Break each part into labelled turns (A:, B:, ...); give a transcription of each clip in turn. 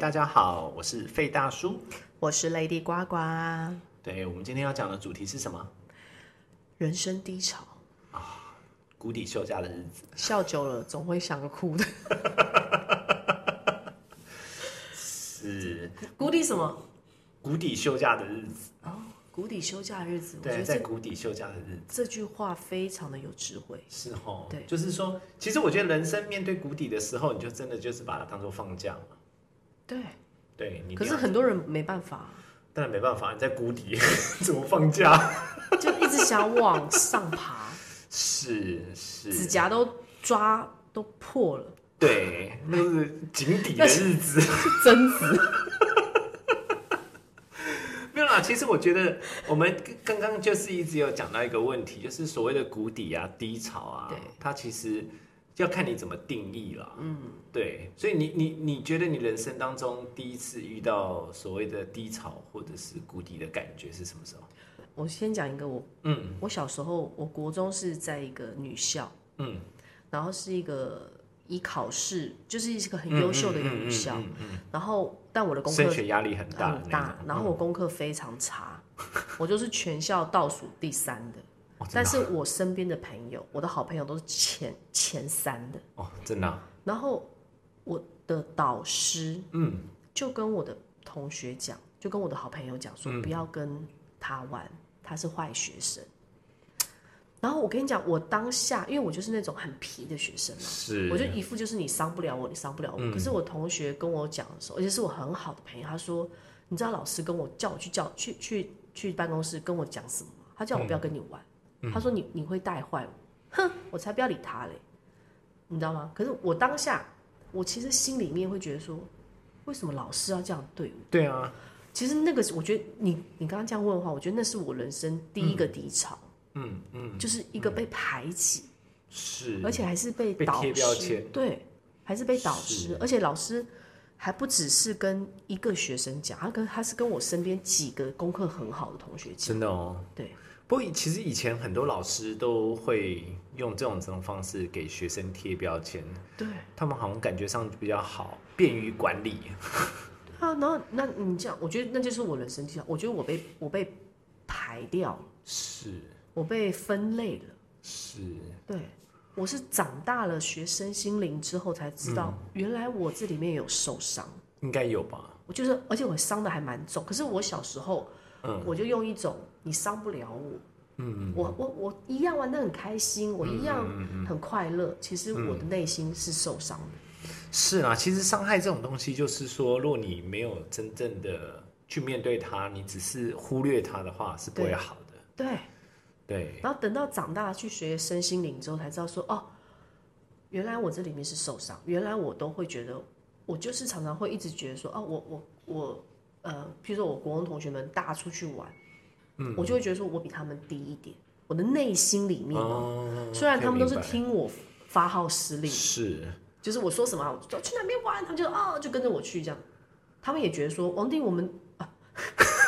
A: 大家好，我是费大叔。
B: 我是 Lady 呱呱。
A: 对我们今天要讲的主题是什么？
B: 人生低潮，
A: 谷底休假的日子。
B: 笑久了总会想哭的。
A: 是
B: 谷底什么？
A: 谷底休假的日子。
B: 哦，谷底休假的日子。我觉
A: 对，
B: 得
A: 在
B: 这
A: 谷底休假的日子
B: 这句话非常的有智慧。
A: 是吼。
B: 对
A: 就是说，其实我觉得人生面对谷底的时候，你就真的就是把它当做放假嘛。
B: 对，
A: 对你一定
B: 可是
A: 要，
B: 很多人没办法、
A: 当然没办法，你在谷底 怎么放假？
B: 就一直想往上爬，
A: 是 是，
B: 指甲都抓都破了，
A: 对，那是井底的日子。
B: 贞子。
A: 没有啦，其实我觉得我们刚刚就是一直有讲到一个问题，就是所谓的谷底啊、低潮啊
B: 对，
A: 它其实要看你怎么定义啦。嗯，对，所以你你你觉得你人生当中第一次遇到所谓的低潮或者是谷底的感觉是什么时候？
B: 我先讲一个我，
A: 嗯
B: 我小时候，我国中是在一个女校，
A: 嗯，
B: 然后是一个以考试，就是一个很优秀的一个女校，
A: 嗯嗯嗯嗯
B: 然后但我的功课
A: 升学压力很大的
B: 很
A: 那
B: 大
A: 种，嗯
B: 然后我功课非常差，我就是全校倒数第三的。
A: 哦真
B: 但
A: 的啊
B: 是我身边的朋友，我的好朋友都是前前三的。
A: 哦，真的啊，
B: 然后我的导师
A: 嗯，
B: 就跟我的同学讲，就跟我的好朋友讲说，不要跟他玩，他是坏学生。然后我跟你讲，我当下因为我就是那种很皮的学生嘛，
A: 是，嗯
B: 我就一副就是你伤不了我，你伤不了我。可是我同学跟我讲的时候，而且是我很好的朋友，他说，你知道老师跟我叫我去叫去去去办公室跟我讲什么吗？他叫我不
A: 嗯
B: 要跟你玩，他说你你会带坏我，哼，我才不要理他嘞，你知道吗？可是我当下，我其实心里面会觉得说，为什么老师要这样对我？
A: 对啊，
B: 其实那个是我觉得你你刚刚这样问的话，我觉得那是我人生第一个低潮，
A: 嗯嗯，
B: 就是一个被排挤。
A: 是，
B: 而且还是被
A: 嗯被
B: 导
A: 贴
B: 师
A: 标签
B: 对，还是被导师
A: 是，
B: 而且老师还不只是跟一个学生讲，他跟他是跟我身边几个功课很好的同学讲，
A: 真的哦。
B: 对，
A: 不过其实以前很多老师都会用这种这种方式给学生贴标签，
B: 对
A: 他们好像感觉上比较好，便于管理。
B: 啊，然后那你这样，我觉得那就是我人生经历，我觉得我被我被排掉了，
A: 是
B: 我被分类了，
A: 是，
B: 对。我是长大了学生心灵之后才知道，
A: 嗯
B: 原来我这里面有受伤，
A: 应该有吧？
B: 我就是，而且我伤的还蛮重。可是我小时候，
A: 嗯
B: 我就用一种你伤不了我，嗯，我我我一样玩的很开心，我一样很快乐。其实我的内心是受伤的，
A: 是啊，其实伤害这种东西，就是说，若你没有真正的去面对它，你只是忽略它的话，是不会
B: 对
A: 好的。
B: 对。
A: 对，
B: 然后等到长大去学身心灵之后，才知道说，哦，原来我这里面是受伤，原来我都会觉得，我就是常常会一直觉得说，哦，我我我，呃，譬如说我国中同学们大家出去玩，嗯，我就会觉得说我比他们低一点，我的内心里面哦
A: 哦
B: 虽然他们都是
A: 可以明
B: 听我发号施
A: 白
B: 令，
A: 是，
B: 就是我说什么啊，我就说去哪边玩，他们就哦就跟着我去这样。他们也觉得说王定我们啊，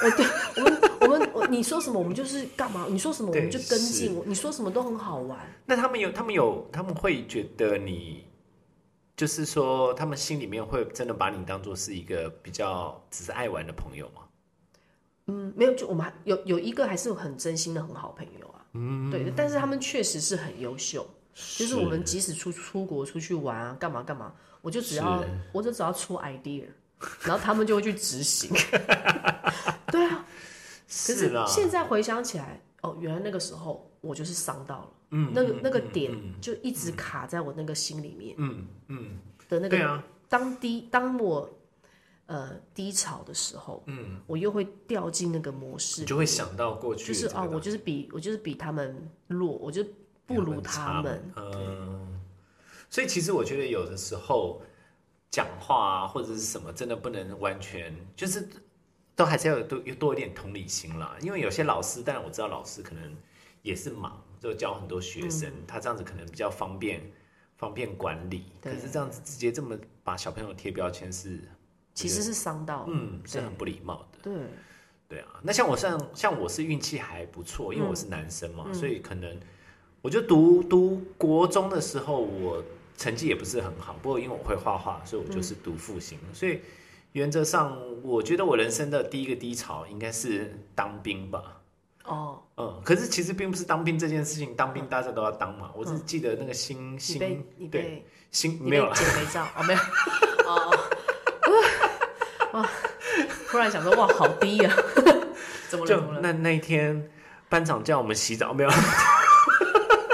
B: 我对我们我们我你说什么我们就是干嘛，你说什么我
A: 对
B: 们就跟进，
A: 是
B: 我你说什么都很好玩。
A: 那他们有，他们有，他们会觉得你，就是说，他们心里面会真的把你当做是一个比较只是爱玩的朋友吗？
B: 嗯，没有，就我们还有有一个还是很真心的很好朋友啊，嗯，对，但是他们确实是很优秀，就是我们即使出出国出去玩啊，干嘛干嘛，我就只要
A: 是
B: 我就只要出 idea，然后他们就会去执行。 对啊，可
A: 是
B: 是
A: 啦，
B: 现在回想起来，哦，原来那个时候我就是伤到了，嗯，那个那个点就一直卡在我那个心里面
A: 嗯嗯，
B: 的那
A: 对
B: 个。
A: 啊，
B: 当低当我呃低潮的时候，嗯，我又会掉进那个模式
A: 你，就会哦想到过去
B: 就
A: 的
B: 是
A: 这个
B: 啊，我就是比我就是比他们弱，我就不如他们。
A: 嗯，所以其实我觉得有的时候讲话啊或者是什么，真的不能完全就是都还是要有多有多一点同理心啦。因为有些老师，但我知道老师可能也是忙，就教很多学生，
B: 嗯
A: 他这样子可能比较方便方便管理。可
B: 对啊
A: 是这样子直接这么把小朋友贴标签是，
B: 其实是伤到了，
A: 嗯，是
B: 对
A: 很不礼貌的。
B: 对，
A: 对啊，那像我像像我是运气还不错，因为我
B: 嗯
A: 是男生嘛，所以可能我就读读国中的
B: 嗯
A: 时候，我成绩也不是很好，不过因为我会画画，所以我就是读复兴，所以原则上，我觉得我人生的第一个低潮应该是当兵吧。
B: 哦，
A: 嗯，可是其实并不是当兵这件事情，当兵大家都要当嘛。我只记得那个新
B: 嗯你被
A: 新
B: 你
A: 对
B: 被
A: 新
B: 你
A: 没有
B: 被
A: 啦，
B: 减肥照哦，没有， 哦，哦 哇，突然想说哇，好低啊， 怎么
A: 就
B: 了？怎么了？
A: 那那一天班长叫我们洗澡没有？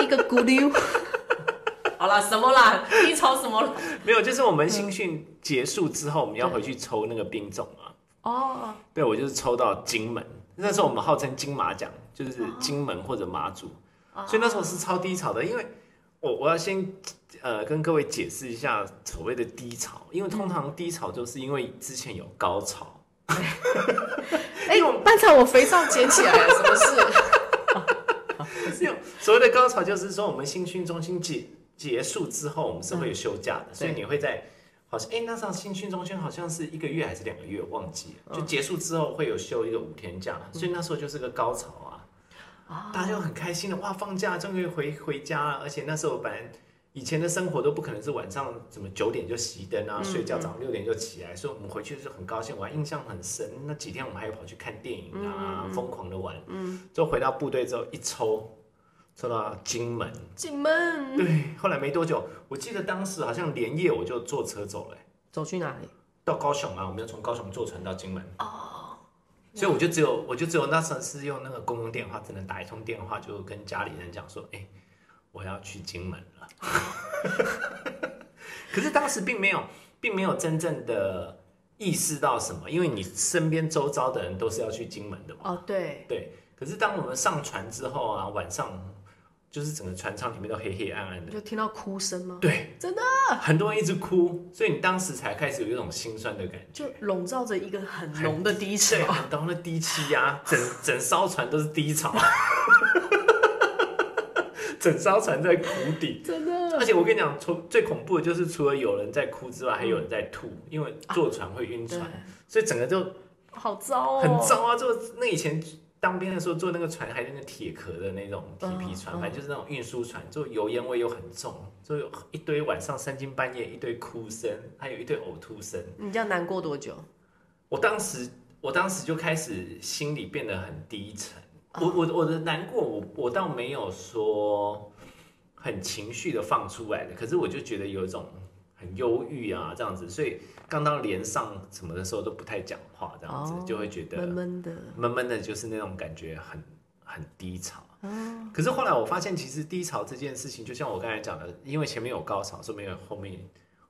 B: 一个咕溜。 好了，什么啦？低潮什么了？
A: 没有，就是我们新训结束之后，我们要回去抽那个兵种嘛。
B: 哦，
A: 对，我就是抽到金门，那时候我们号称金马奖，就是金门或者马祖，所以那时候是超低潮的。因为我我要先呃跟各位解释一下所谓的低潮，因为通常低潮就是因为之前有高潮。
B: 哎、班长，我肥皂捡起来 了，什么事？
A: 因为所谓的高潮就是说，我们新训中心结结束之后，我们是会有休假的，所以
B: 对
A: 你会在好像哎、那上新训中心好像是一个月还是两个月，我忘记了。就结束之后会有休一个五天假，所以那时候就是个高潮啊，大家就很开心的哇，放假终于回回家了。而且那时候本来以前的生活都不可能是晚上怎么九点就熄灯啊，睡觉早上六点就起来，所以我们回去就很高兴，我还印象很深。那几天我们还有跑去看电影啊，疯狂的玩。就回到部队之后一抽，抽到金门。
B: 进门。
A: 对，后来没多久，我记得当时好像连夜我就坐车走了、欸
B: 走去哪里？
A: 到高雄啊，我们要从高雄坐船到金门。哦。所以我就只有，我就只有那时候是用那个公用电话，只能打一通电话，就跟家里人讲说，哎、我要去金门了。 可是当时并没有，并没有真正的意识到什么，因为你身边周遭的人都是要去金门的嘛。
B: 哦，对，
A: 对，可是当我们上船之后啊，晚上就是整个船舱里面都黑黑暗暗
B: 你
A: 的，
B: 就听到哭声吗？
A: 对，
B: 真
A: 的很多人一直哭，所以你当时才开始有一种心酸的感觉。
B: 就笼罩着一个很浓的低潮
A: 对，。很到那低气压，整整艘船都是低潮， 整艘船在谷底。
B: 真的
A: 而且我跟你讲，除最恐怖的就是除了有人在哭之外，还有人在吐，因为坐船会晕船，所以整个就
B: 好糟哦，
A: 很糟啊！坐那以前当兵的时候坐那个船，还是那个铁壳的那种铁皮船，
B: 嗯嗯
A: 反正就是那种运输船，就油烟味又很重，就有一堆晚上三更半夜一堆哭声，还有一堆呕吐声。
B: 你这样难过多久？
A: 我当时，我当时就开始心里变得很低沉。
B: 哦
A: 我我我的难过，我我倒没有说很情绪的放出来的，可是我就觉得有一种很忧郁啊这样子，所以刚刚连上什么的时候都不太讲话，这样子、
B: 哦
A: 就会觉得
B: 闷闷的，
A: 闷闷的，就是那种感觉很很低潮。可是后来我发现，其实低潮这件事情，就像我刚才讲的，因为前面有高潮，说明有后面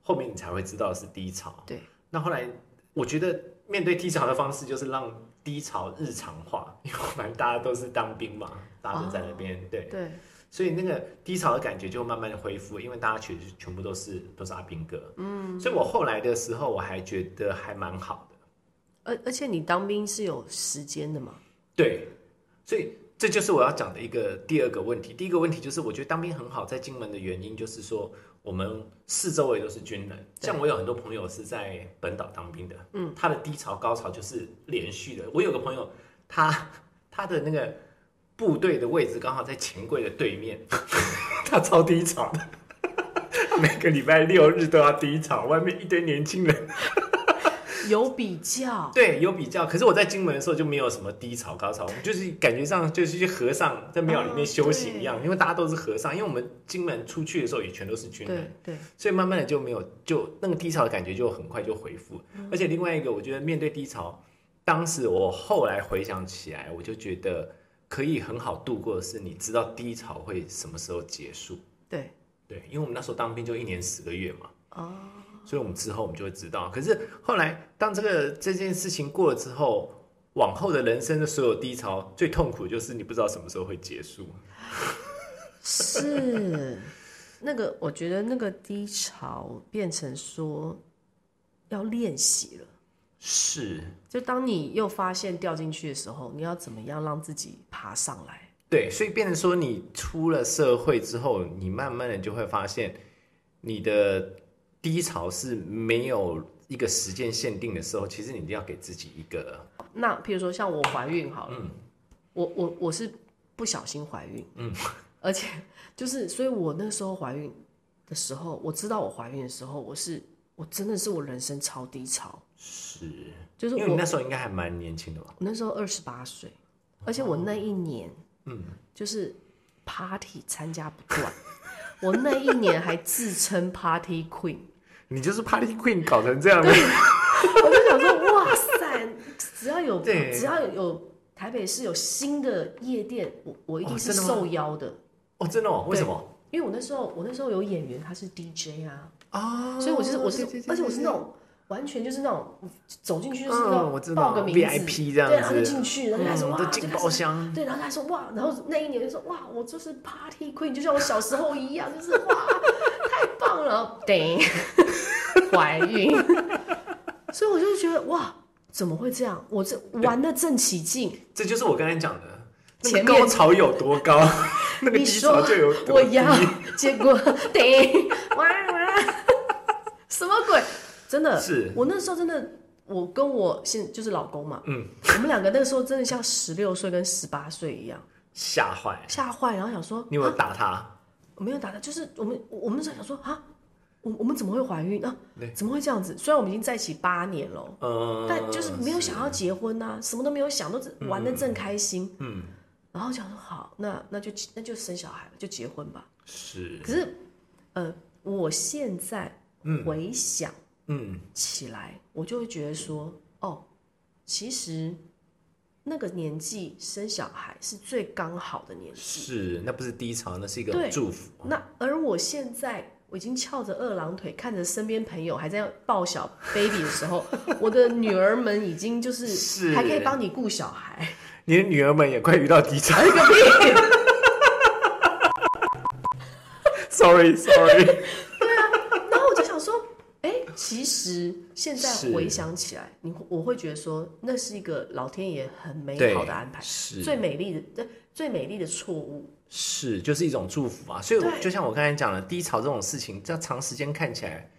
A: 后面你才会知道是低潮。
B: 对。
A: 那后来我觉得面对低潮的方式就是让低潮日常化，因为反正大家都是当兵嘛，大家都在那边、对，
B: 对，
A: 所以那个低潮的感觉就慢慢的恢复，因为大家全全部都是都是阿兵哥。嗯。所以我后来的时候，我还觉得还蛮好的。
B: 而而且你当兵是有时间的嘛？
A: 对，所以这就是我要讲的一个第二个问题。第一个问题就是，我觉得当兵很好，在金门的原因就是说，我们四周围都是军人。
B: 对
A: 像我有很多朋友是在本岛当兵的，嗯，他的低潮高潮就是连续的。我有个朋友，他他的那个部队的位置刚好在钱柜的对面， 他超低潮的。 每个礼拜六日都要低潮，外面一堆年轻人
B: 有比较，
A: 对，有比较。可是我在金门的时候就没有什么低潮高潮，我们就是感觉上就是去和尚在庙里面修行一样，因为大家都是和尚。因为我们金门出去的时候也全都是军人，
B: 对对，
A: 所以慢慢的就没有就那个低潮的感觉就很快就恢复。而且另外一个，我觉得面对低潮，当时我后来回想起来，我就觉得可以很好度过的是，你知道低潮会什么时候结束。
B: 对，
A: 对，因为我们那时候当兵就一年十个月嘛。所以我们之后我们就会知道。可是后来当这个这件事情过了之后，往后的人生的所有低潮，最痛苦就是你不知道什么时候会结束。
B: 是那个，我觉得那个低潮变成说要练习了。
A: 是，
B: 就当你又发现掉进去的时候，你要怎么样让自己爬上来？
A: 对，所以变成说你出了社会之后，你慢慢的就会发现，你的低潮是没有一个时间限定的时候，其实你一定要给自己一个
B: 那譬如说像我怀孕好
A: 嗯
B: 了，我我我是不小心怀孕，嗯， 而且就是，所以我那时候怀孕的时候，我知道我怀孕的时候，我是我真的是我人生超低潮，
A: 是，
B: 就是
A: 因为
B: 我
A: 你那时候应该还蛮年轻的吧？
B: 我那时候二十八岁，而且我那一年，
A: 哦
B: 嗯，就是 party 参加不断，我那一年还自称 party queen，
A: 你就是 Party Queen 搞成这样的，
B: 我就想说，哇塞，只要有
A: 对
B: 只要有有台北市有新的夜店，我我一定
A: 哦
B: 是
A: 真的吗
B: 受邀的，
A: 哦，真的哦？为什么？
B: 因为我那时候我那时候有演员，他是 DJ 啊，
A: 啊
B: 所以我就是我是
A: 对对，对
B: 而且我是那
A: 对
B: 种完全就是那种走进去就是那
A: 嗯，我知
B: 种报
A: 道
B: 个名字
A: VIP 这
B: 对，
A: 样
B: 然后就
A: 子，嗯
B: 进去，然后他说哇，
A: 都
B: 就
A: 进
B: 开
A: 包
B: 始
A: 厢，
B: 对，然后他还说哇，然后那一年就说哇，我就是 party queen，就像我小时候一样，就是哇，太棒了， 顶怀孕， 所以我就觉得哇，怎么会这样？我这玩的正起劲，
A: 这就是我刚才讲的，那个
B: 前面
A: 高潮有多 高，那个
B: 你
A: 低
B: 说
A: 潮就有多低。
B: 我要，
A: 嗯
B: 结 果顶哇哇， 什么鬼？真的，
A: 是
B: 我那时候真的。我跟我现就是老公嘛，
A: 嗯，
B: 我们两个那个时候真的像十六岁跟十八岁一样，
A: 吓坏，
B: 吓坏，然后想说，
A: 你有没有打他？
B: 我没有打他，就是我们我我们在想说啊，我我们怎么会怀孕啊
A: 对？
B: 怎么会这样子？虽然我们已经在一起八年了，
A: 嗯，
B: 但就是没有想要结婚呐、什么都没有想，都是玩的正开心。
A: 嗯，
B: 然后想说好，那那就那就生小孩吧，就结婚吧。
A: 是，
B: 可是，呃，我现在回想
A: 嗯，
B: 起来，我就会觉得说，哦，其实那个年纪生小孩是最刚好的年纪。
A: 是，那不是低潮，那是一个
B: 对
A: 祝福。
B: 那而我现在我已经翘着二郎腿，看着身边朋友还在抱小 baby 的时候， 我的女儿们已经就是
A: 是
B: 还可以帮你顾小孩，
A: 你的女儿们也快遇到低潮
B: 哎
A: ，sorry，sorry，
B: 然后我就想说，哎、其实现在
A: 是
B: 回想起来，你我会觉得说，那是一个老天爷很美
A: 对
B: 哎好的安排，
A: 是
B: 最美丽的呃最美丽的错误，
A: 是，就是一种祝福啊。所以
B: 对
A: 就像我刚才讲的，低潮这种事情，这样长时间看起来，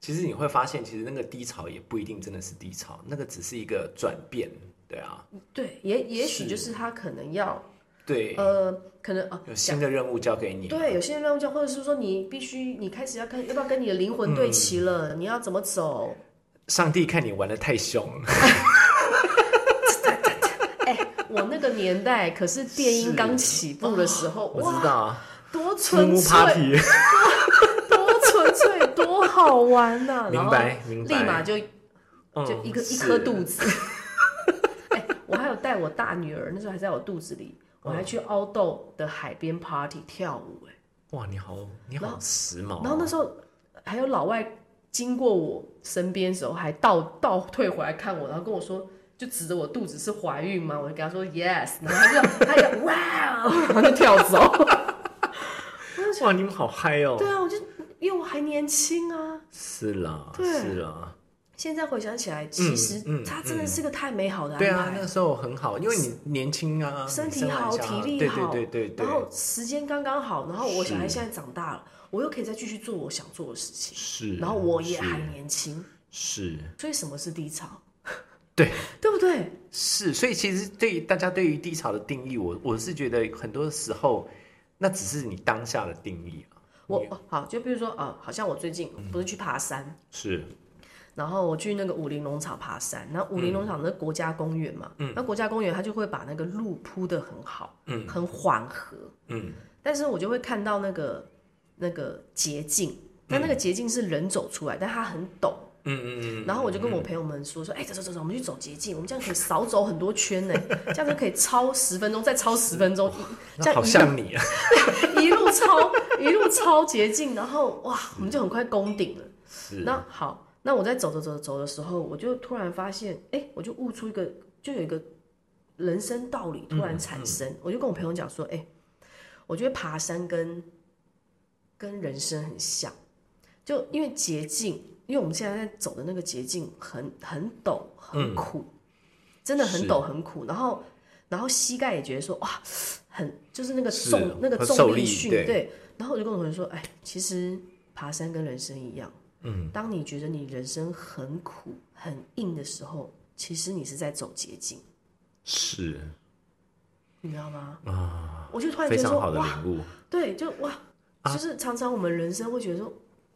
A: 其实你会发现，其实那个低潮也不一定真的是低潮，那个只是一个转变，对啊，
B: 对，也也许
A: 是
B: 就是他可能要
A: 对，
B: 呃，可能啊，
A: 有新的任务交给你，
B: 对，有些人任务就或者是说你必须，你开始要跟要不要跟你的灵魂对齐
A: 嗯
B: 了，你要怎么走？
A: 上帝看你玩的太凶，
B: 哎、 我那个年代可是电音刚起步的时候，
A: 我
B: 哇，
A: 知道啊，
B: 多
A: 父
B: 纯
A: 母
B: 粹，
A: party，
B: 多纯粹，多好玩呐、然
A: 明
B: 后
A: 白明白，
B: 立马就就
A: 嗯
B: 一个、一
A: 是
B: 颗肚子。 哎、我还有带我大女儿，那时候还在我肚子里，我还去凹豆的海边 party 跳舞、哎、
A: 哇，你好，你
B: 然
A: 好时髦哦、
B: 然后那时候还有老外经过我身边的时候，还倒 倒退回来看我，然后跟我说，就指着我肚子是怀孕吗？我就跟他说 yes，然后他就他就哇哦， 然后就跳走。
A: 哇，你们好嗨哦！
B: 对啊，我就因为我还年轻啊。
A: 是啦，
B: 对
A: 是啦，
B: 现在回想起来，其
A: 嗯
B: 实它真的是个太美好的安
A: 对啊，
B: 排
A: 那
B: 了。
A: 个时候很好，因为你年轻啊，
B: 身体
A: 你生完
B: 好
A: 小孩
B: 体力
A: 对
B: 好
A: 对对对对，
B: 然后时间刚刚好，然后我小孩
A: 是
B: 现在长大了，我又可以再继续做我想做的事情，
A: 是，
B: 然后我也
A: 是
B: 还年轻，
A: 是
B: 所以什么是低潮？
A: 对，
B: 对不对？
A: 是，所以其实对于大家对于低潮的定义，我我是觉得很多时候那只是你当下的定义啊，
B: 我哦好，就比如说啊、呃好像我最近不是去爬山，
A: 是
B: 然后我去那个武林农场爬山，那武林农场那是国家公园嘛，
A: 嗯
B: 那国家公园它就会把那个路铺得很好，嗯，很缓和，
A: 嗯，
B: 但是我就会看到那个那个捷径，但那个捷径是人走出来，但它很陡。
A: 嗯嗯
B: 然后我就跟我朋友们说说，哎、走走走走，我们去走捷径，我们这样可以少走很多圈呢，这样就可以超十分钟，再超十分钟，一这
A: 那
B: 样
A: 好
B: 一
A: 像你啊，
B: 一路超一路超捷径，然后哇，我们就很快攻顶了。
A: 是
B: 那好，那我在走走走走的时候，我就突然发现，哎、我就悟出一个，就有一个人生道理突然产生。我就跟我朋友讲说，哎、我觉得爬山跟跟人生很像，就因为捷径，因为我们现在在走的那个捷径很很陡很苦，
A: 嗯
B: 真的很陡很苦，然后。然后膝盖也觉得说哇，很就是那个
A: 是
B: 重那个
A: 很受
B: 重
A: 力
B: 力训
A: 对
B: 对，然后我就跟我同学说，哎，其实爬山跟人生一样，嗯，当你觉得你人生很苦、很硬的时候，其实你是在走捷径，
A: 是
B: 你知道吗？
A: 啊，
B: 我就突然
A: 非
B: 觉得
A: 常
B: 说，
A: 好的啊
B: 哇，
A: 领悟，
B: 对，就哇，就是常常我们人生会觉得说，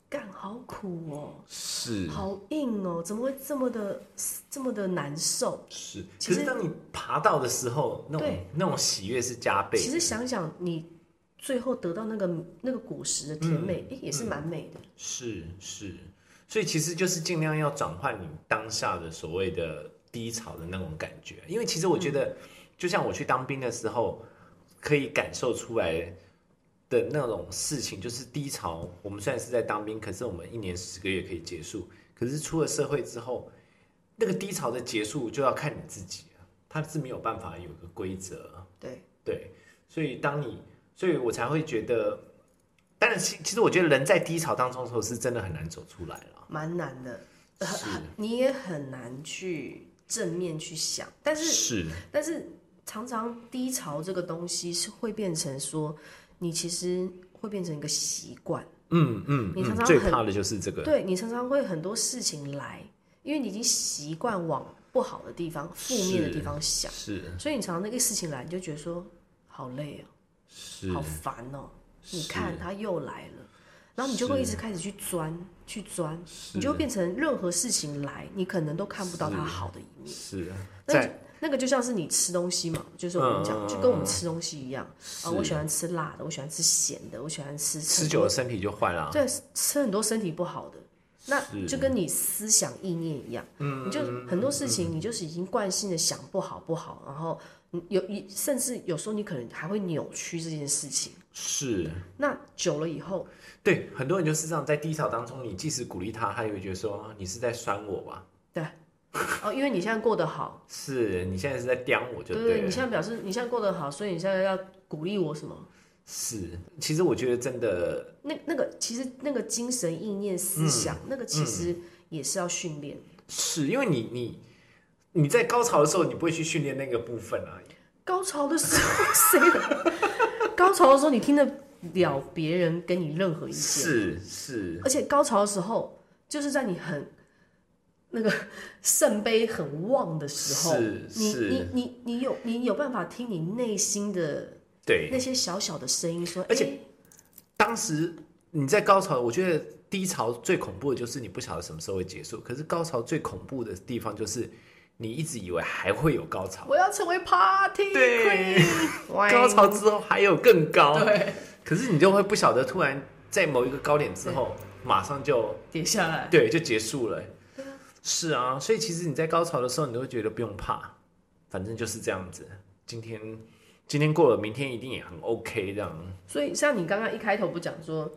B: 干好苦哦，
A: 是
B: 好硬哦，怎么会这么的这么的难受？
A: 是，
B: 其
A: 可是
B: 实
A: 当你爬到的时候，那种
B: 对
A: 那种喜悦是加倍的。
B: 其实想想，你最后得到那个那个果实的甜美，
A: 嗯
B: 诶也是蛮美的。
A: 是是，所以其实就是尽量要转换你当下的所谓的低潮的那种感觉，因为其实我觉得，就像我去当兵的时候，可以感受出来的那种事情，就是低潮。我们虽然是在当兵，可是我们一年十个月可以结束，可是出了社会之后，那个低潮的结束就要看你自己啊，它是没有办法有一个规则。
B: 对，
A: 对，所以当你，所以我才会觉得，但是其其实我觉得人在低潮当中的时候是真的很难走出来了。
B: 蛮难的，
A: 是
B: 你也很难去正面去想，但是
A: 是
B: 但是常常低潮这个东西是会变成说，你其实会变成一个习惯，
A: 嗯嗯
B: 你常
A: 嗯，
B: 常
A: 最
B: 很
A: 怕的就是这个。
B: 对你常常会很多事情来，因为你已经习惯往不好的地方、负面的
A: 是
B: 地方想，
A: 是
B: 所以你常常那个事情来，你就觉得说好累哦，
A: 是
B: 好烦哦，你
A: 是
B: 看他又来了。然后你就会一直开始去钻，去钻，
A: 是
B: 你就会变成任何事情来，你可能都看不到它
A: 是
B: 好的一面。
A: 是，
B: 那你
A: 在
B: 那个就像是你吃东西嘛，就是我们讲，
A: 嗯
B: 就跟我们吃东西一样
A: 是
B: 啊，我喜欢吃辣的，我喜欢吃咸的，我喜欢吃
A: 吃久了身体就坏了。啊
B: 对，吃很多身体不好的，那
A: 是嗯
B: 就跟你思想意念一样，你就很多事情你就是已经惯性的想不好不好，然后你有一甚至有时候你可能还会扭曲这件事情，
A: 是，
B: 那久了以后，
A: 对，很多人就是这样，在低潮当中，你即使鼓励他，他也会觉得说你是在酸我吧？
B: 对，哦，因为你现在过得好，
A: 是你现在是在刁我就
B: 对
A: 对
B: 对，
A: 了
B: 你。现在表示你现在过得好，所以你现在要鼓励我什么？
A: 是，其实我觉得真的
B: 那那个其实那个精神意念
A: 嗯
B: 思想，那个其实也是要训练。
A: 是因为你你你在高潮的时候，你不会去训练那个部分啊，
B: 高潮的时候 谁？高潮的时候你听得了别人给你任何意见，
A: 是是
B: 而且高潮的时候就是在你很那个 圣杯很旺的时候，
A: 是
B: 你你
A: 是，
B: 你你有你有办法听你内心的
A: 对。
B: 那些小小的声音说，
A: 而且
B: 诶
A: 当时你在高潮，我觉得低潮最恐怖的就是你不晓得什么时候会结束。可是高潮最恐怖的地方就是你一直以为还会有高潮，
B: 哎我要成为 party
A: 对
B: queen，哇
A: 高潮之后还有更高，
B: 对
A: 可是你就会不晓得突然在某一个高点之后，马上就
B: 跌下来，
A: 对，就结束了欸。是啊，所以其实你在高潮的时候，你都会觉得不用怕，反正就是这样子。今天今天过了，明天一定也很 OK 这样。
B: 所以像你刚刚一开头不讲说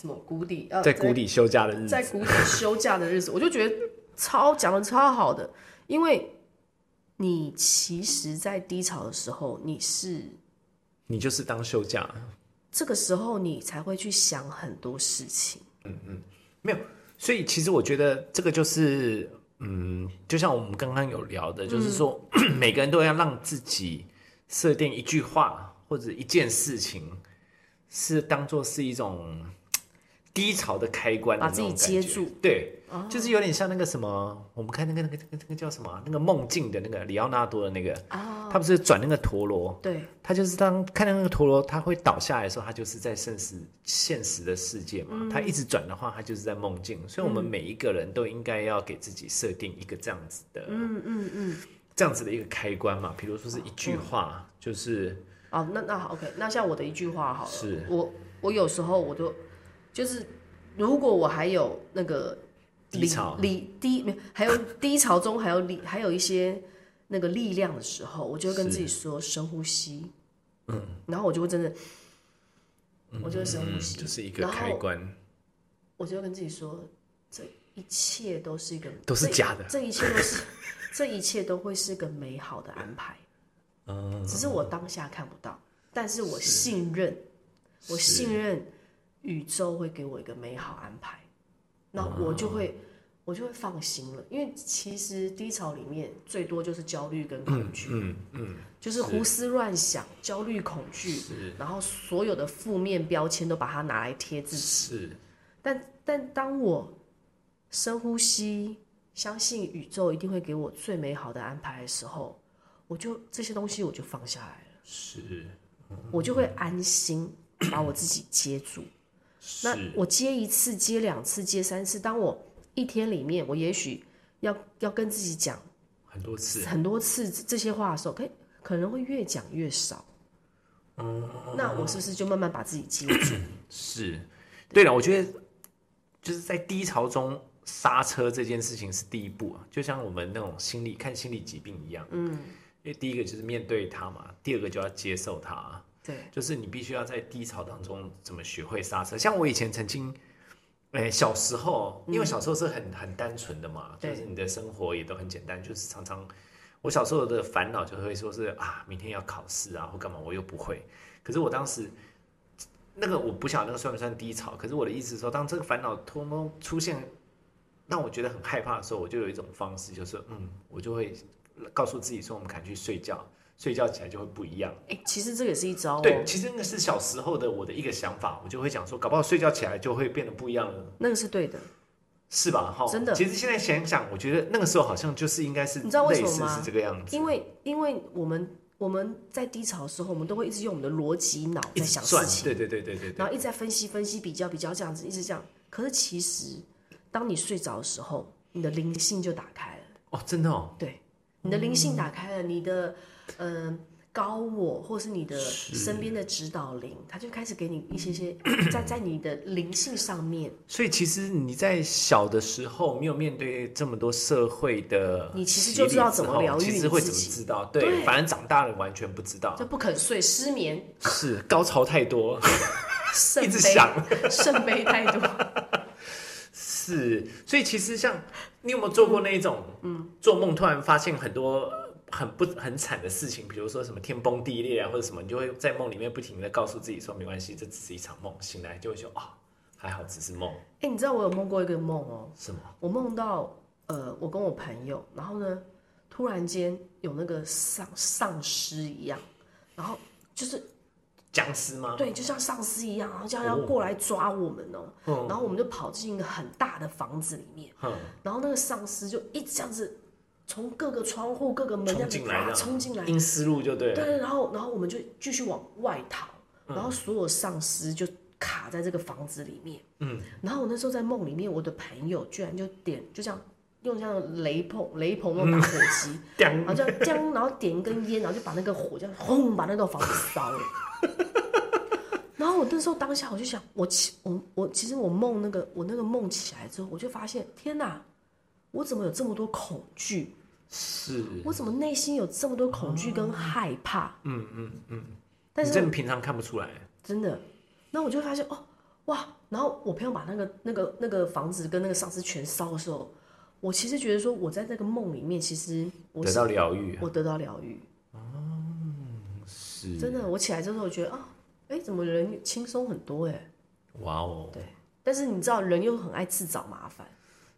B: 什么谷底，呃，
A: 在谷底休假的日子
B: 在，在谷底休假的日子，我就觉得超讲的超好的，因为你其实，在低潮的时候，你是
A: 你就是当休假，
B: 这个时候你才会去想很多事情，
A: 所以其实我觉得这个就是，嗯，就像我们刚刚有聊的，就是说、
B: 嗯
A: 每个人都要让自己设定一句话或者一件事情，是当做是一种低潮的开关的
B: 把
A: 那
B: 自己
A: 种感觉
B: 接住，哦
A: 对，就是有点像那个什么，我们看那个那个那个那个叫什么啊，那个梦境的那个里奥纳多的那个，
B: 哦
A: 他不是转那个陀螺，
B: 对，
A: 他就是当看到那个陀螺，它会倒下来的时候，他就是在现实现实的世界嘛。
B: 嗯
A: 他一直转的话，他就是在梦境。所以，我们每一个人都应该要给自己设定一个这样子的，
B: 嗯嗯嗯，
A: 这样子的一个开关嘛。比如说是一句话，就是
B: 哦，那那好，OK，那像我的一句话好了，
A: 是
B: 我我有时候我都就是，如果我还有那个
A: 低
B: 理
A: 潮
B: 理低没有 还有低潮中还有理还有一些那个力量的时候，我就会跟自己说深呼吸，嗯，然后我就会真的，我就会深呼
A: 嗯，
B: 吸，
A: 就是一个
B: 然后
A: 开关，
B: 我就会跟自己说，这一切都是一个
A: 都是假的
B: 这这一切都是这一切都会是个美好的安排，
A: 嗯，
B: 只是我当下看不到，但是我信任，我信任宇宙会给我一个美好安排，那
A: 啊
B: 我就会、我就会放心了，因为其实低潮里面最多就是焦虑跟恐惧，
A: 嗯嗯，
B: 就是胡思乱想、焦虑、恐惧，然后所有的负面标签都把它拿来贴自己。
A: 是
B: 但但当我深呼吸，相信宇宙一定会给我最美好的安排的时候，我就这些东西我就放下来了。
A: 是
B: 我就会安心把我自己接住。那
A: 是，
B: 我接一次、接两次、接三次，当我一天里面，我也许要要跟自己讲
A: 很多次，
B: 很多次这这些话的时候，可以可能会越讲越少。
A: 嗯
B: 那我是不是就慢慢把自己接 住？
A: 是。对了，我觉得就是在低潮中刹车这件事情是第一步啊，就像我们那种心理看心理疾病一样，嗯，因为第一个就是面对它嘛，第二个就要接受它啊。
B: 对，
A: 就是你必须要在低潮当中怎么学会刹车。像我以前曾经，诶、小时候，因为小时候是很很单纯的嘛，就
B: 嗯对
A: 是你的生活也都很简单，就是常常我小时候的烦恼就会说是啊，明天要考试啊或干嘛，我又不会。可是我当时。那个我不晓得那个算不算低潮，可是我的意思是说，当这个烦恼通通出现，让我觉得很害怕的时候，我就有一种方式，就是嗯，我就会告诉自己说，我们赶去睡觉，睡觉起来就会不一样。
B: 哎，其实这个也是一招
A: 对，
B: 哦。
A: 其实那个是小时候的我的一个想法，我就会讲说，搞不好睡觉起来就会变得不一样了，
B: 那个是对的，
A: 是吧？哈，
B: 真的
A: 其实现在想想，我觉得那个时候好像就是应该是
B: 你知道为什
A: 类
B: 么
A: 似
B: 吗
A: 是这个样子，
B: 因为因为我们我们在低潮的时候，我们都会一直用我们的逻辑脑
A: 一
B: 在
A: 直
B: 想
A: 转
B: 事情，
A: 对对对对对对，
B: 然后一直在分析、分析、比较、比较这样子，一直这样。可是其实，当你睡着的时候，你的灵性就打开了，
A: 哦，真的哦，
B: 对，你的灵性打开了，你的嗯、呃高我，或是你的身边的指导灵，他就开始给你一些些 在在你的灵性上面，
A: 所以其实你在小的时候没有面对这么多社会的洗礼之后，
B: 你其实就知道怎么疗愈
A: 其
B: 你
A: 实会
B: 自
A: 怎么
B: 己
A: 知道？对，
B: 对
A: 反正长大了完全不知道
B: 就，不肯睡，失眠，
A: 是高潮太多，
B: 圣
A: 一直
B: 杯
A: 想，
B: 圣杯太多，
A: 是，所以其实像你有没有做过那一种，嗯，做梦突然发现很多很不很惨的事情，比如说什么天崩地裂啊，或者什么，你就会在梦里面不停的告诉自己说没关系，这只是一场梦，醒来就会说啊、还好只是梦，
B: 哎、你知道我有梦过一个梦哦，
A: 什么？
B: 我梦到呃，我跟我朋友，然后呢，突然间有那个丧丧尸一样，然后就是
A: 僵尸吗？
B: 对，就像丧尸一样，然后就要过来抓我们哦，然后我们就跑进一个很大的房子里面，
A: 哼，
B: 然后那个丧尸就一直这样子从各个窗户、各个门这
A: 冲
B: 样子
A: 进来
B: 哇
A: 的，
B: 冲进来，
A: 阴思路就对了，
B: 对，然后然后我们就继续往外逃，然后所有丧尸就卡在这个房子里面。嗯，然后我那时候在梦里面，我的朋友居然就点就这样用像雷炮雷炮那种打火机，
A: 叮
B: 然后这样将，然后点一根烟，然后就把那个火这样轰把那栋房子烧了。 然后我那时候当下我就想，我其我我其实我梦那个我那个梦起来之后，我就发现天哪，我怎么有这么多恐惧？
A: 是。
B: 我怎么内心有这么多恐惧跟害怕？嗯嗯嗯。但
A: 你真
B: 是
A: 的平常看不出来，
B: 真的，那我就发现哦，哇！然后我朋友把那个那个那个房子跟那个丧尸全烧的时候，我其实觉得说，我在那个梦里面，其实我
A: 得
B: 是
A: 到疗愈
B: 我得到疗愈，
A: 啊哦是
B: 真的。我起来之后，我觉得啊，哎、怎么人轻松很多哎、
A: 哇哦，
B: 对，但是你知道，人又很爱自找麻烦，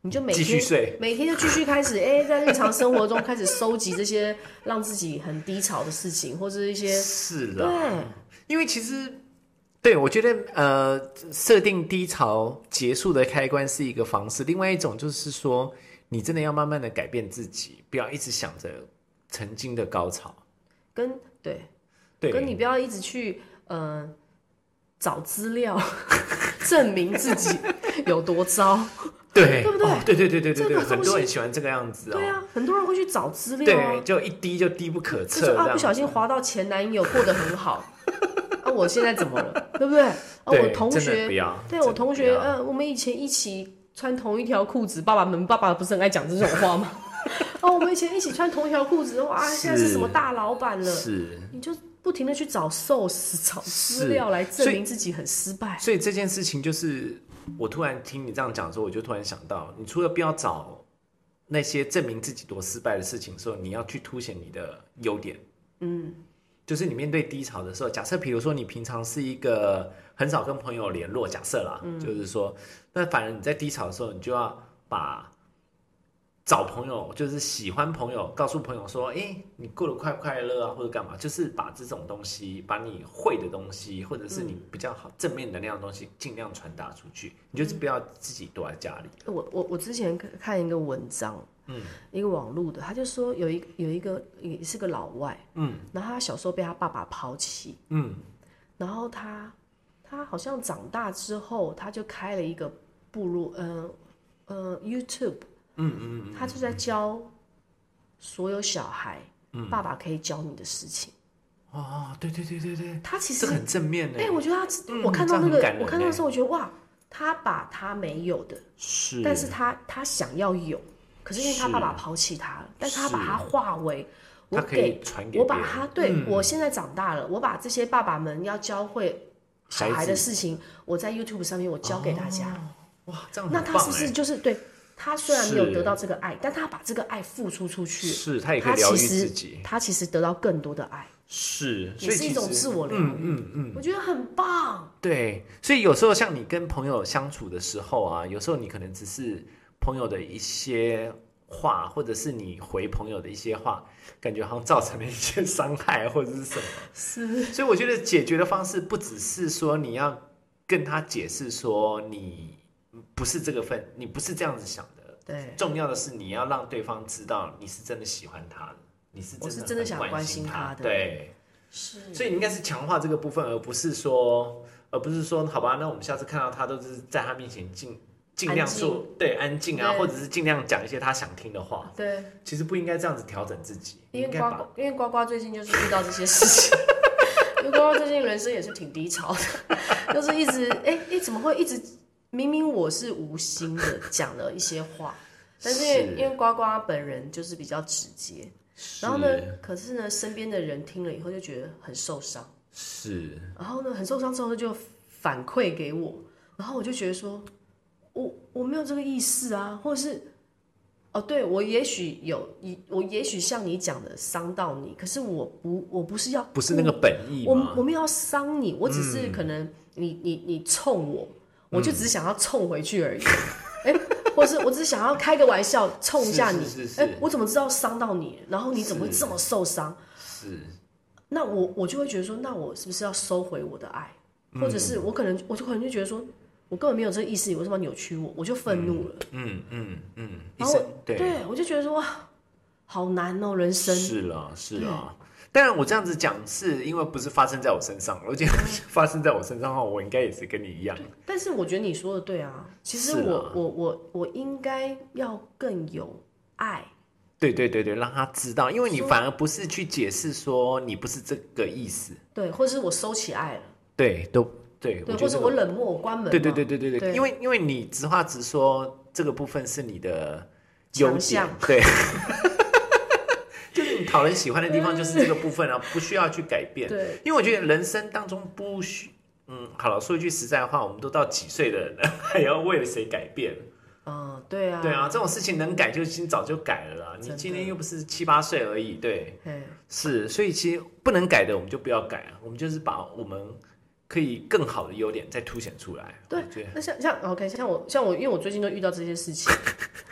B: 你就每
A: 继续
B: 天
A: 睡
B: 每天就继续开始，哎、在日常生活中开始收集这些让自己很低潮的事情，或者是一些
A: 是啦，
B: 对。
A: 因为其实对我觉得呃，设定低潮结束的开关是一个方式，另外一种就是说，你真的要慢慢的改变自己，不要一直想着曾经的高潮。
B: 跟对，
A: 对，
B: 跟你不要一直去呃找资料 证明自己有多糟。
A: 对，
B: 对不对
A: 哦对对对对对
B: 这
A: 对，
B: 个
A: 很
B: 东
A: 多
B: 西
A: 人喜欢这个样子哦。
B: 对啊，很多人会去找资料
A: 对，
B: 啊，
A: 就一低就低不可
B: 就
A: 测
B: 是
A: 这
B: 啊
A: 样
B: 不。小心滑到前男友过得 很好，啊我现在怎么了，对不对？啊我
A: 对
B: 同
A: 真的不
B: 学，
A: 要，
B: 对
A: 真
B: 我
A: 的
B: 同
A: 不
B: 学，
A: 要
B: 呃，我们以前一起穿同一条裤子，爸爸们爸爸不是很爱讲这种 话吗？哦，我们以前一起穿同一条裤子，哇，现在是
A: 是
B: 什么大老板了？
A: 是。
B: 你就不停的去找 source、找资
A: 是
B: 料来
A: 所
B: 证
A: 以
B: 明自己很失败。
A: 所以这件事情就是，我突然听你这样讲的时候，我就突然想到，你除了不要找那些证明自己多失败的事情的时候，你要去凸显你的优点。嗯，就是你面对低潮的时候，假设比如说你平常是一个很少跟朋友联络，假设啦，就是说，那反而你在低潮的时候，你就要把。找朋友就是喜欢朋友，告诉朋友说：“哎、你过得快不快乐啊，或者干嘛？”就是把这种东西，把你会的东西，或者是你比较好正面能量的东西，尽量传达出去。你就是不要自己躲在家里。
B: 我我我之前看看一个文章，嗯，一个网络的，他就说有一有一个也是个老外，嗯，然后他小时候被他爸爸抛弃，
A: 嗯，
B: 然后他他好像长大之后，他就开了一个部落，嗯、呃、呃，YouTube，
A: 嗯嗯嗯，
B: 他就在教所有小孩，
A: 嗯
B: 爸爸可以教你的事情。
A: 哦，对对对对对，
B: 他其实
A: 这个很正面呢
B: 哎、。我觉得他，
A: 嗯
B: 我看到
A: 这样
B: 那
A: 很
B: 个
A: 感，人
B: 我看到的
A: 欸
B: 时候，我觉得哇，他把他没有的，
A: 是
B: 但是他他想要有，可是因为他
A: 是
B: 爸爸抛弃他了，但是他
A: 是
B: 把它化为我
A: 他可以
B: 给，
A: 传给
B: 我把
A: 别人
B: 他对、
A: 嗯
B: 我现在长大了，我把这些爸爸们要教会小
A: 孩
B: 孩的
A: 子
B: 事情，我在 YouTube 上面我教给大家，
A: 哇，这样
B: 那
A: 很
B: 他
A: 棒
B: 是不
A: 哎
B: 是就是对他虽然没有
A: 是
B: 得到这个爱，但他把这个爱付出出去，
A: 是他也可
B: 他
A: 以疗愈
B: 其
A: 自
B: 实
A: 己，
B: 他其实得到更多的爱，
A: 是，所
B: 也
A: 以
B: 是一
A: 其
B: 种
A: 实
B: 自我疗愈，嗯嗯，我觉得很棒，
A: 对，所以有时候像你跟朋友相处的时候啊，有时候你可能只是朋友的一些话，或者是你回朋友的一些话，感觉好像造成了一些伤害或者是什么。
B: 是
A: 所以我觉得解决的方式不只是说你要跟他解释说你不是这个份，你不是这样子想的。
B: 对。
A: 重要的是你要让对方知道你是真的喜欢他的，你是
B: 我是
A: 真
B: 真
A: 的很
B: 的想
A: 关
B: 关
A: 心
B: 心
A: 他
B: 他的
A: 对。
B: 是，
A: 所以你应该是强化这个部分，而不是说，而不是说，好吧，那我们下次看到他都是在他面前尽尽量做对安静啊，
B: 对
A: 或者是尽量讲一些他想听的话。
B: 对，
A: 其实不应该这样子调整自己，
B: 因
A: 应
B: 为
A: 该
B: 呱
A: 把
B: 呱，因为呱呱最近就是遇到这些事情， 因为呱呱最近人生也是挺低潮的， 就是一直哎哎、诶怎么会一直明明我是无心的讲了一些话，但是因为
A: 是
B: 因为呱呱本人就是比较直接，然后呢，可是呢身边的人听了以后就觉得很受伤，
A: 是是
B: 然后呢很受伤之后就反馈给我，然后我就觉得说，我我没有这个意思啊，或者是。哦，对我也许有，一我也许像你讲的伤到你，可是我不，我不是要
A: 不是那个本意
B: 我
A: 吗？嗯
B: 我没有要伤你，我只是可能你你你冲我，我就只是想要冲回去而已，哎、或是我只是想要开个玩笑冲一下你
A: 是是是，是
B: 哎、我怎么知道伤到你？然后你怎么会这么受伤？
A: 是
B: 那我我就会觉得说，那我是不是要收回我的爱？
A: 嗯
B: 或者是我可能我就可能就觉得说，我根本没有这个意思，你为什么要扭曲我？我就愤怒了，
A: 嗯嗯嗯，一
B: 然后
A: 生对
B: 对我就觉得说哇，好难哦，人生。
A: 是啦是啦。当然，我这样子讲是因为不是发生在我身上，而且
B: 嗯
A: 发生在我身上的话，我应该也是跟你一样。
B: 但是我觉得你说的对啊，其实
A: 是
B: 我、
A: 啊
B: 我我我应该要更有爱，
A: 对对对对，让他知道，因为你
B: 说
A: 反而不是去解释说你不是这个意思，
B: 对，或者是我收起爱了，
A: 对，都对，
B: 对，
A: 觉
B: 或
A: 得
B: 者
A: 这
B: 我
A: 个
B: 冷漠，我关门嘛，
A: 对对对对对对，
B: 对
A: 因为因为你直话直说这个部分是你的优
B: 强
A: 点
B: 项，
A: 对， 就是你讨人喜欢的地方就是这个部分啊，不需要去改变。
B: 对
A: 因为我觉得人生当中不需，嗯，好了，说一句实在话，我们都到几岁的人了，还要为了谁改变？
B: 嗯，对啊，
A: 对啊，这种事情能改就已经早就改了啦，你
B: 真的
A: 今天又不是七八岁而已，对。
B: 嘿，
A: 是，所以其实不能改的，我们就不要改啊，我们就是把我们可以更好的优点再凸显出来。啊
B: 对
A: 我觉得
B: 那像像 OK，像我像我，因为我最近都遇到这些事情，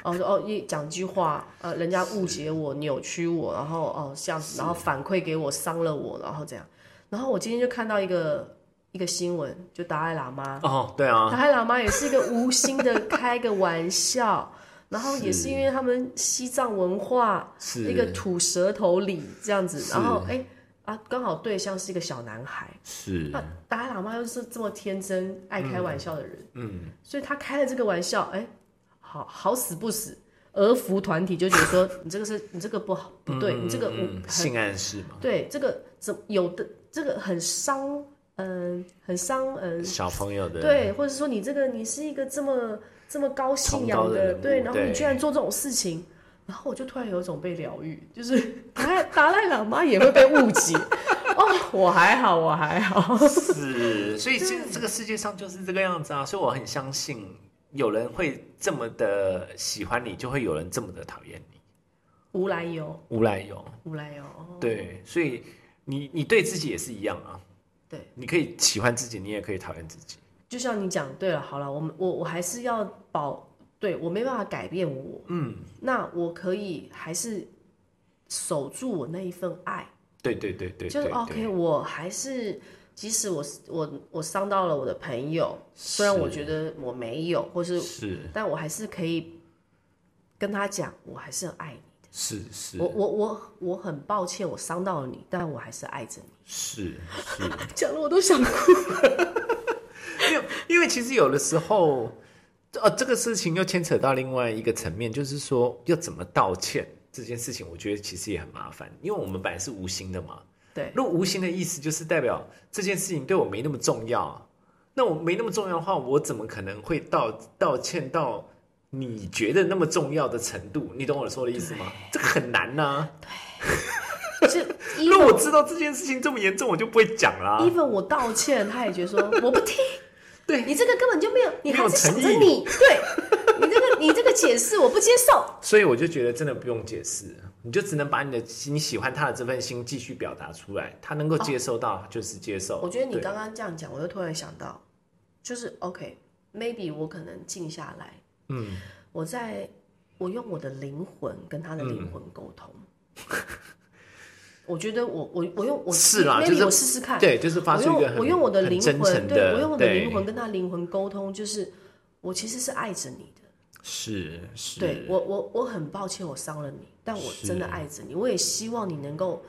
B: 哦哦，一讲句话，呃，人家误解我、扭曲我，然后哦这样子，然后反馈给我伤了我，然后这样，然后我今天就看到一个一个新闻，就达赖喇嘛，
A: 哦，对啊，
B: 达赖喇嘛也是一个无心的 开个玩笑，然后也是因为他们西藏文化
A: 是
B: 一个吐舌头礼这样子，
A: 是
B: 然后哎啊，刚好对象是一个小男孩，
A: 是
B: 那达赖喇嘛又是这么天真爱开玩笑的人，嗯，所以他开了这个玩笑，哎，好好死不死，俄服团体就觉得说你这个是你这个不好不对，你这个我
A: 嗯
B: 很
A: 性暗示嘛，
B: 对这个怎有的这个很伤，嗯，很伤，嗯。
A: 小朋友的
B: 对，或者说你这个你是一个这么这么高信仰
A: 崇高的人物
B: 对，然后
A: 对
B: 你居然做这种事情，然后我就突然有一种被疗愈，就是 达赖达赖喇嘛也会被误解。哦，我还好，我 还好，
A: 是，所以现在这个世界上就是这个样子啊，所以我很相信有人会这么的喜欢你，就会有人这么的讨厌你，
B: 无来由，
A: 无来由。
B: 无来由。哦，
A: 对，所以你你对自己也是一样啊，
B: 对，
A: 你可以喜欢自己，你也可以讨厌自己。
B: 就像你讲，对了，好了，我们我我还是要保，对我没办法改变我，
A: 嗯，
B: 那我可以还是守住我那一份爱。
A: 对对对对，
B: 就是
A: 对
B: OK，
A: 对
B: 我还是即使我我我伤到了我的朋友，虽然我觉得我没有，或是
A: 是
B: 但我还是可以跟他讲，我还是很爱你。
A: 是是，
B: 我我我我很抱歉，我 伤到了你，但我还是爱着你。
A: 是是，
B: 讲的我都想哭。
A: 其实有的时候，呃，这个事情又牵扯到另外一个层面，就是说要怎么道歉这件事情，我觉得其实也很麻烦，因为我们本来是无心的嘛。
B: 对，
A: 如果无形的意思就是代表这件事情对我没那么重要，那我没那么重要的话，我怎么可能会道道歉到你觉得那么重要的程度？你懂我说的意思吗？这个很难呐、啊
B: 就
A: 如果我
B: even
A: 知道这件事情这么严重，我就不会讲啦、
B: even 我道歉，他也觉得说我不 听，
A: 对
B: 你这个根本就没有，你
A: 没有
B: 还是想着
A: 诚意
B: 你，对你这个你这个解释我不接受，
A: 所以我就觉得真的不用解释，你就只能把你的心你喜欢他的这份心继续表达出来，他能够接受到就是接受。
B: 哦我觉得你
A: 对
B: 刚刚这样讲，我又突然想到，就是 OK，maybe、我可能静下来，
A: 嗯，
B: 我在我用我的灵魂跟他的灵魂沟通。 我觉得我我我用
A: 嗯
B: 我
A: 是啦
B: maybe
A: 就是
B: 我试试看，
A: 对，就是发
B: 我
A: 出
B: 用
A: 一个很
B: 啊我用我的
A: 很
B: 灵
A: 真
B: 魂，
A: 诚
B: 对我用我的
A: 对
B: 灵魂跟他灵魂沟通，就是我其实是爱着你的，
A: 是是，
B: 对我我我很抱歉我伤了你，但我
A: 是
B: 真的爱着你，我也希望你能够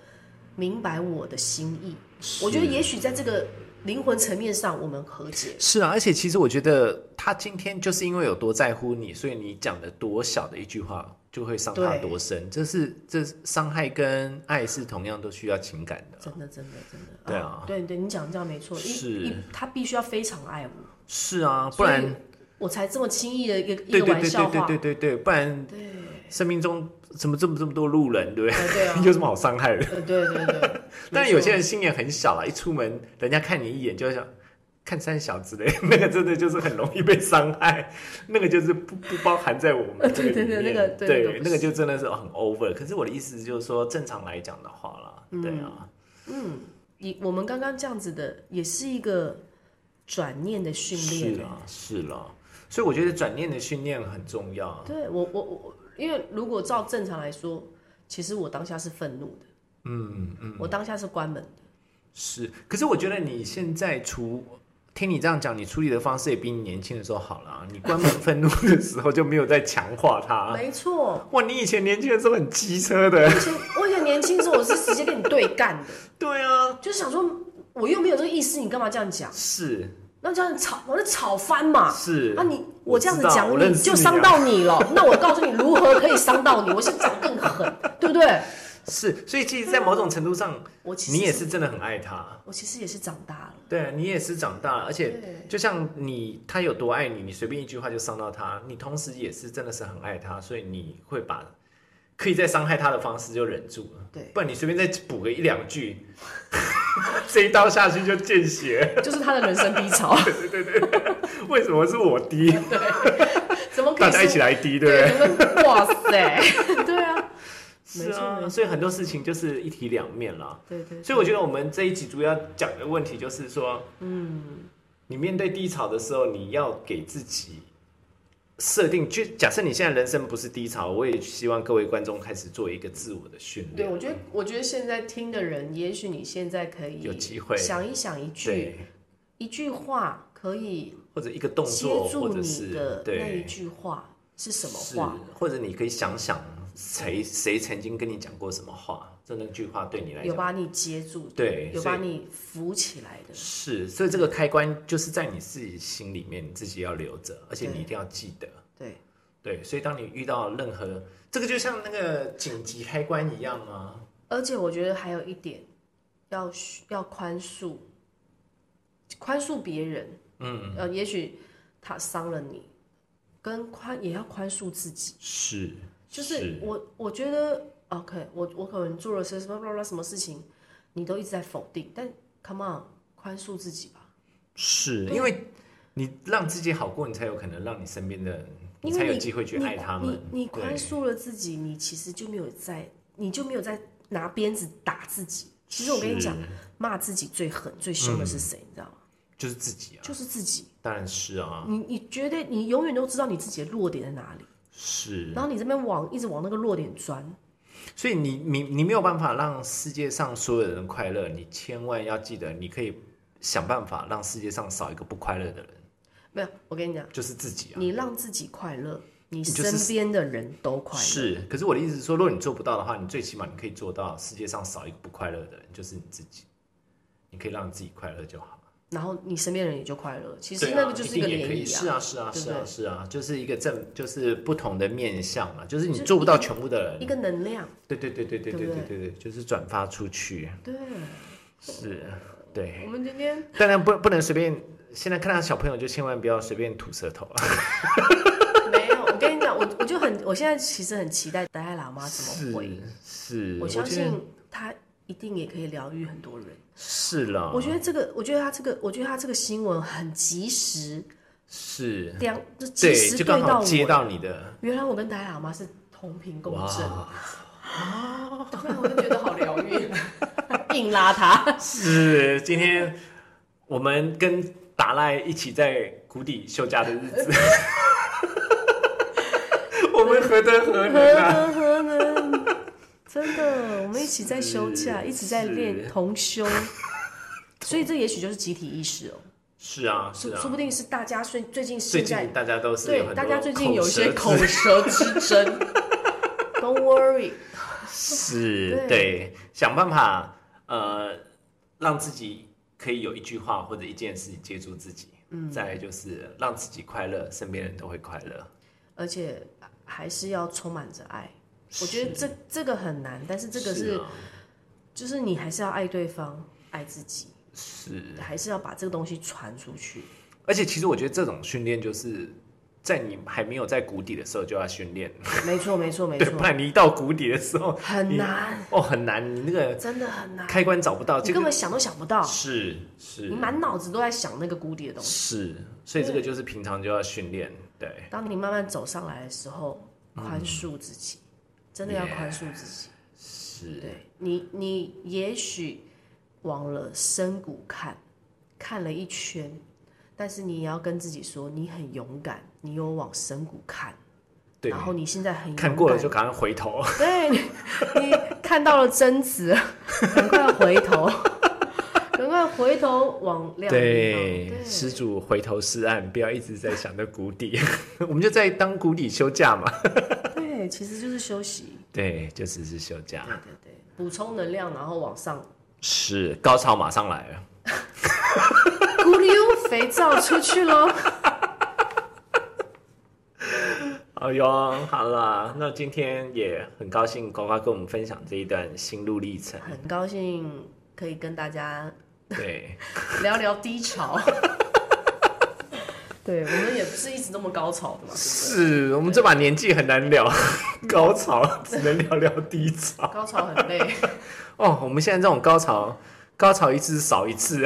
B: 明白我的心意。我觉得也许在这个灵魂层面上，我们和解。
A: 是啊，而且其实我觉得他今天就是因为有多在乎你，所以你讲的多小的一句话就会伤他
B: 对
A: 多深，这是这是伤害跟爱是同样都需要情感的，
B: 真的，真的，真的，
A: 对啊
B: 对对，你讲这样没错，
A: 是
B: 因因他必须要非常爱我，
A: 是啊，不
B: 所以
A: 然
B: 我才这么轻易的一个一
A: 对
B: 个
A: 对
B: 玩
A: 对
B: 笑
A: 对对
B: 话，
A: 对对对，不然
B: 对，
A: 生命中怎么这么这么多路人，对不对？
B: 呃对啊，
A: 有什么好伤害的？
B: 呃对对对，
A: 但
B: 没
A: 有
B: 错
A: 些人心眼很小啦，一出门人家看你一眼就会想看三小之类，那个真的就是很容易被伤害，那个就是不不包含在我们这个里面。
B: 对对对那个对
A: 对
B: 那个不
A: 那个就真的是很 over。可是我的意思就是说，正常来讲的话啦，对啊，
B: 嗯，你我们刚刚这样子的，也是一个转念的训
A: 是
B: 练。欸
A: 啦是啦，所以我觉得转念的训练很重要。
B: 对我我我，因为如果照正常来说，其实我当下是愤怒的，
A: 嗯嗯，
B: 我当下是关门的，
A: 是。可是我觉得你现在除听你这样讲，你处理的方式也比你年轻的时候好啦。你 关门愤怒的时候就没有再强化它。
B: 没错。
A: 哇，你以前年轻的时候很机车的。
B: 以前我以前年轻的时候，我是直接跟你对干的，
A: 对啊，
B: 就是想说我又没有这个意思，你干嘛这样讲？
A: 是
B: 那这样吵，我就吵翻嘛。
A: 是
B: 啊你
A: 我
B: 我这样子
A: 知道
B: 讲
A: 我认识
B: 就
A: 你啊
B: 伤到你了，那我告诉你如何可以伤到你，我是讲更狠，对不对？
A: 是，所以其实，在某种程度上，
B: 我其实
A: 你也是，真的很爱他。
B: 我其实也是长大了。
A: 对啊，你也是长大了，而且
B: 对
A: 就像你，他有多爱你，你随便一句话就伤到他，你同时也是真的是很爱他，所以你会把可以在伤害他的方式就忍住了，
B: 对，
A: 不然你随便再补个一两句， 这一刀下去就见血。
B: 就是他的人生低潮，
A: 为什么是我低？
B: 怎么可
A: 大
B: 以是
A: 家一起来低，对不对？
B: 对，你们哇塞， 对啊，
A: 是
B: 没错没
A: 啊，
B: 错
A: 所以很多事情就是一体两面啦。
B: 对对，
A: 所以我觉得我们这一集主要讲的问题就是说，嗯，你面对低潮的时候，你要给自己设定，就假设你现在人生不是低潮，我也希望各位观众开始做一个自我的训
B: 对
A: 练。
B: 我觉得，我觉得现在听的人，也许你现在可以
A: 有机会
B: 想一想一句
A: 对，
B: 一句话，可以
A: 或者一个动
B: 接
A: 作，或
B: 住
A: 者
B: 你
A: 是
B: 的那一
A: 对
B: 句话是什么
A: 是
B: 话？，
A: 或者你可以想想谁谁曾经跟你讲过什么话，这那句话对你来
B: 有
A: 讲。
B: 把你接住的，
A: 对
B: 有
A: 所以
B: 把你扶起来的，
A: 是，所以这个开关就是在你自己心里面，你自己要留着，而且你
B: 对
A: 一定要记得。
B: 对，
A: 对，所以当你遇到任何这个，就像那个紧急开关一样啊，
B: 而且我觉得还有一点，要学要宽恕，宽恕别人，嗯，呃，也许他伤了你，跟宽也要宽恕自己。
A: 是，
B: 就是我我觉得 OK，我我可能做了些什么什么什么事情，你都一直在否定，但 come on，宽恕自己吧，
A: 是
B: 对
A: 因为你让自己好过，你才有可能让你身边的人，
B: 因
A: 才
B: 为
A: 有
B: 你
A: 机会去
B: 你
A: 爱他们。
B: 你你宽
A: 对
B: 恕了自己，你其实就没有在，你就没有在拿鞭子打自己。其实我跟你讲
A: 是，
B: 骂自己最狠、最凶的是谁？你知道吗？
A: 就是自己啊，
B: 就是自己。
A: 当然是啊，
B: 你你绝对，你永远都知道你自己的弱点在哪里，
A: 是。
B: 然后你这边往一直往那个弱点钻。
A: 所以你你你没有办法让世界上所有人快乐，你千万要记得，你可以想办法让世界上少一个不快乐的人，
B: 没有，我跟你讲，
A: 就是自己啊。
B: 你让自己快乐，你
A: 就是
B: 身边的人都快乐。
A: 是，可是我的意思是说，如果你做不到的话，你最起码你可以做到世界上少一个不快乐的人，就是你自己。你可以让自己快乐就好了。
B: 然后你身边人也就快乐。其实
A: 对
B: 那个
A: 啊
B: 就是
A: 一
B: 个
A: 定也可
B: 涟
A: 以是
B: 漪啊。
A: 啊，是啊，
B: 对不
A: 是啊，
B: 对
A: 是啊，就是一个正，就是不同的面相嘛，就是你
B: 就是
A: 做不
B: 一
A: 到
B: 个
A: 全部的人
B: 一，个能量，
A: 对对对对对
B: 对不
A: 对对
B: 对
A: 对对，就是转发出去，
B: 对
A: 是，对，
B: 我们今天
A: 当然不不能随便，现在看到小朋友就千万不要随便吐舌头啊，
B: 没有，我跟你讲，我我就很，我现在其实很期待达赖喇嘛 怎
A: 是
B: 么回，
A: 是，
B: 我相
A: 觉得
B: 信他一定也可以疗愈很多人。
A: 是啦，
B: 我觉得这个，我觉得他这个，我觉得他这个新闻很及时，
A: 是，
B: 两就
A: 嗯
B: 及
A: 对，
B: 时
A: 就刚
B: 到
A: 好
B: 我。
A: 接到你的，
B: 原来我跟达赖喇嘛是同频共振，
A: 哇，
B: 突然我就觉得好疗愈，硬拉 他。
A: 是今天我们跟达赖一起在谷底休假的日 子，我们何德何能啊！
B: 呵呵呵真的，我们一起在休假，
A: 是
B: 一直在练
A: 是
B: 同修，所以这也许就是集体意识哦，
A: 是啊，是
B: 说
A: 啊
B: 说，不定是大家最最近
A: 最
B: 现在
A: 近大家都是有
B: 对，
A: 很
B: 大
A: 多
B: 家最近有一些
A: 舌
B: 口舌之争 ，Don't worry，
A: 是
B: 对
A: 对，想办法呃，让自己可以有一句话或者一件事情接住自己。嗯，再来就是让自己快乐，身边人都会快乐。
B: 而且还是要充满着爱。我觉得这这个很难，但是这个是
A: 啊
B: 就是你还是要爱对方，爱自己，
A: 是，
B: 还是要把这个东西传出去。
A: 而且其实我觉得这种训练就是在你还没有在谷底的时候就要训练，
B: 没错，没错，没
A: 对，不
B: 错，
A: 然你一到谷底的时候
B: 很难，
A: 哦很难，你那个
B: 真的很难，
A: 开关找不到，
B: 你
A: 这
B: 根
A: 个
B: 本想都想不到，
A: 是是
B: 你满脑子都在想那个谷底的东西。
A: 是，所以这个就是平常就要训练，对。嗯
B: 当你慢慢走上来的时候，宽恕自己，真的要宽恕自己。
A: 是
B: 对你，你也许往了深谷看，看了一圈，但是你也要跟自己说，你很勇敢，你有往深谷看，
A: 对
B: 然，后你现在很勇敢
A: 看过了就赶快回头。
B: 对，你你看到了真 子，赶快回 头，赶快回头往亮的地方对，
A: 施主回头是岸，不要一直在想着谷 底，我们就在当谷底休假嘛。
B: 对，其实就是休息，
A: 对，就只是休
B: 对
A: 假，
B: 对对，补充能量，然后往上，
A: 是高潮马上来了。
B: 咕溜肥皂出去喽。
A: 哎呦，好啦，那今天也很高兴呱呱跟我们分享这一段心路历程。
B: 很高兴可以跟大家
A: 对，
B: 聊聊低潮。对，我们也不是一直那么高潮的嘛，对不
A: 是我们这把年纪很难 聊高潮，只能聊聊低潮
B: 对？。高潮很累，
A: 哦，我们现在这种高潮，高潮一次少一次。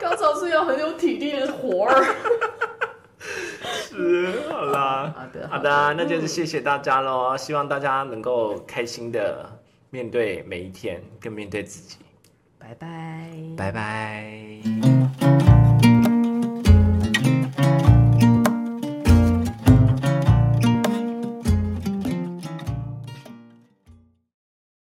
B: 高潮是要很有体力的活儿。
A: 是，好啦，
B: 好的
A: 好
B: 好
A: 的
B: 的，
A: 那就是谢谢大家喽，希望大家能够开心的面对每一天，跟面对自己，
B: 拜拜。
A: 拜拜。